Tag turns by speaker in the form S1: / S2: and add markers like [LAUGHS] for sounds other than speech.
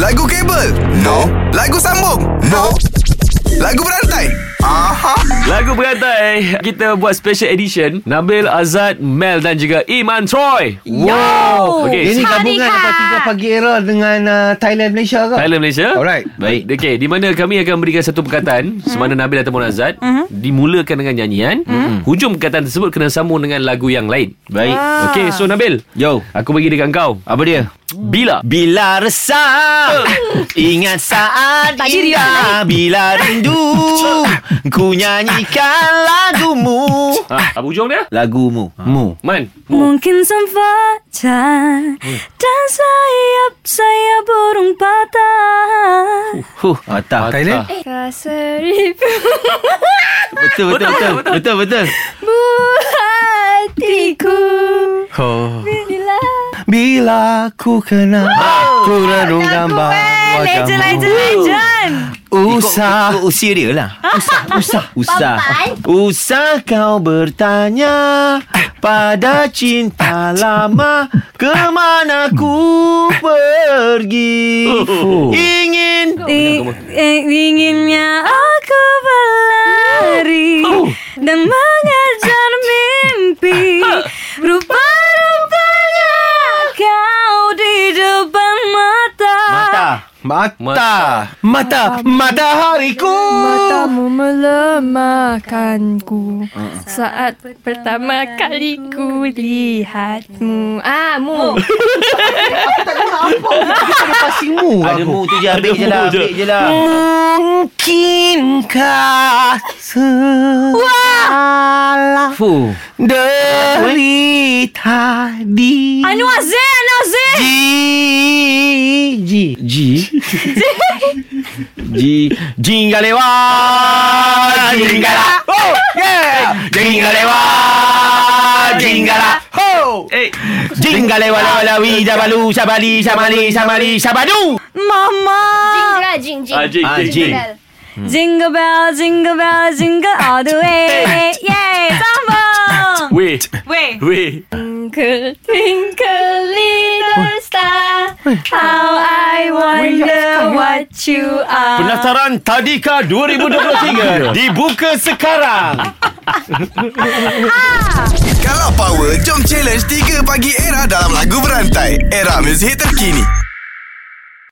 S1: Lagu kabel? No. Lagu sambung? No. Lagu berantai? Aha.
S2: Lagu berantai eh, Kita buat special edition Nabil, Azad, Mel dan juga Iman Troy
S3: Wow.
S2: Okay.
S4: Ini gabungan
S3: Sarika.
S4: antara tiga pagi era dengan uh, Thailand Malaysia
S5: kan?
S4: ke?
S2: Thailand Malaysia
S4: Alright.
S2: Baik Okay Di mana kami akan memberikan satu perkataan Semana Nabil ataupun Azad Dimulakan dengan nyanyian Hujung perkataan tersebut Kena sambung dengan lagu yang lain
S5: Baik.
S2: Okay so Nabil
S5: Yo.
S2: Aku bagi dekat kau
S5: Apa dia?
S2: Bila
S5: Bila
S3: [LAUGHS]
S5: resah Ingat saat
S3: Tak jadi
S5: indah Bila
S3: [LAUGHS]
S5: rindu Ku nyanyikan lagumu
S2: ha, Apa hujung dia?
S5: Lagumu Mu
S2: Man Mu.
S6: Mungkin sembaca Dan sayap saya burung patah
S5: Huh Atas
S4: Thailand?
S6: Kaseribu
S5: Betul betul betul Betul betul
S6: hatiku
S4: Oh.
S6: Bila
S4: Bila ku kenal
S3: Oh,
S4: Ku renung gambar
S6: Legend, legend, legend
S4: Usah
S5: Ikut, ikut usia dia lah [LAUGHS] Usah Usah Usah Usah kau bertanya Pada [LAUGHS] cinta lama Kemana ku pergi Oh. Ingin
S6: I- eh, Inginnya aku berlari Dan mengejar mimpi Rupa-rupanya kau di depan mata
S5: Mata
S4: Mata Mata Mata hariku
S7: Matamu melemahkanku Saat pertama kali ku lihatmu Ah, mu
S4: Pasimu
S5: Ada mu tu je Ambil je lah Ambil je lah
S4: Mungkinkah Salah
S5: Fuh
S4: Dari tadi
S6: Anwar Z, Anwar Z
S4: Gigi
S5: G G Jingga lewat Jingga lah
S4: Oh yeah
S5: Jingga lewat Jingga lah
S4: Ho
S2: Eh
S5: Jingga lewat lewat lewat Jabalu Sabali Samali Samali Sabadu
S6: Mama
S3: jing jing.
S2: Ah, Jing,
S5: Ah,
S2: Jing.
S5: Jing.
S6: Jingle bell, jingle bell, jingle all the way Yay, sambung
S2: Weh
S6: Weh
S2: Weh
S7: Twinkle
S6: Twinkle little star, how I wonder what you are.
S5: Pendaftaran Tadika 2023 Dibuka sekarang
S1: Kalau power, jom challenge 3 pagi era dalam lagu berantai. Era muzik terkini.